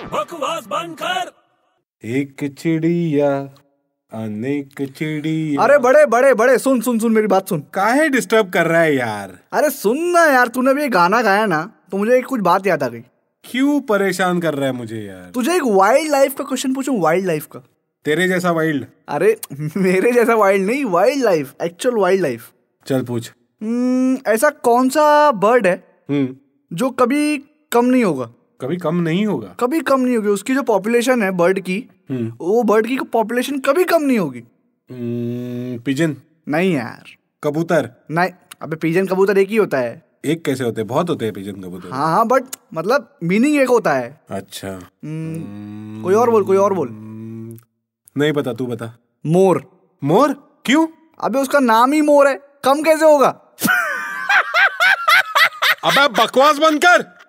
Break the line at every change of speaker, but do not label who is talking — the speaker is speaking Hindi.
आवाज बंद कर
एक चिड़िया अनेक चिड़िया
अरे बड़े बड़े बड़े सुन सुन सुन मेरी बात सुन
काहे डिस्टर्ब कर रहा है यार
अरे सुन ना यार तूने भी ये गाना गाया ना तो मुझे एक कुछ बात याद आ गई
क्यों परेशान कर रहा है मुझे यार
तुझे एक वाइल्ड लाइफ का क्वेश्चन पूछूं वाइल्ड लाइफ का
तेरे जैसा वाइल्ड
अरे मेरे जैसा वाइल्ड नहीं wildlife actual wildlife
चल पूछ
Hmm, ऐसा कौन सा बर्ड है
हम्म
जो कभी कम नहीं होगा
कभी कम नहीं होगा
कभी कम नहीं होगी उसकी जो पॉपुलेशन है बर्ड की
हम्म
वो बर्ड की पॉपुलेशन कभी कम नहीं होगी
हम्म, पिजन
नहीं यार
कबूतर
नहीं अबे पिजन कबूतर एक ही होता है
एक कैसे होते बहुत होते हैं पिजन कबूतर
हाँ हाँ बट मतलब मीनिंग एक होता है
अच्छा
हम्म,
हम्म,
कोई और बोल कोई और बोल
नहीं पता तू बता
मोर
मोर क्यों
अबे उसका नाम ही मोर है कम कैसे होगा
अबे बकवास बंद कर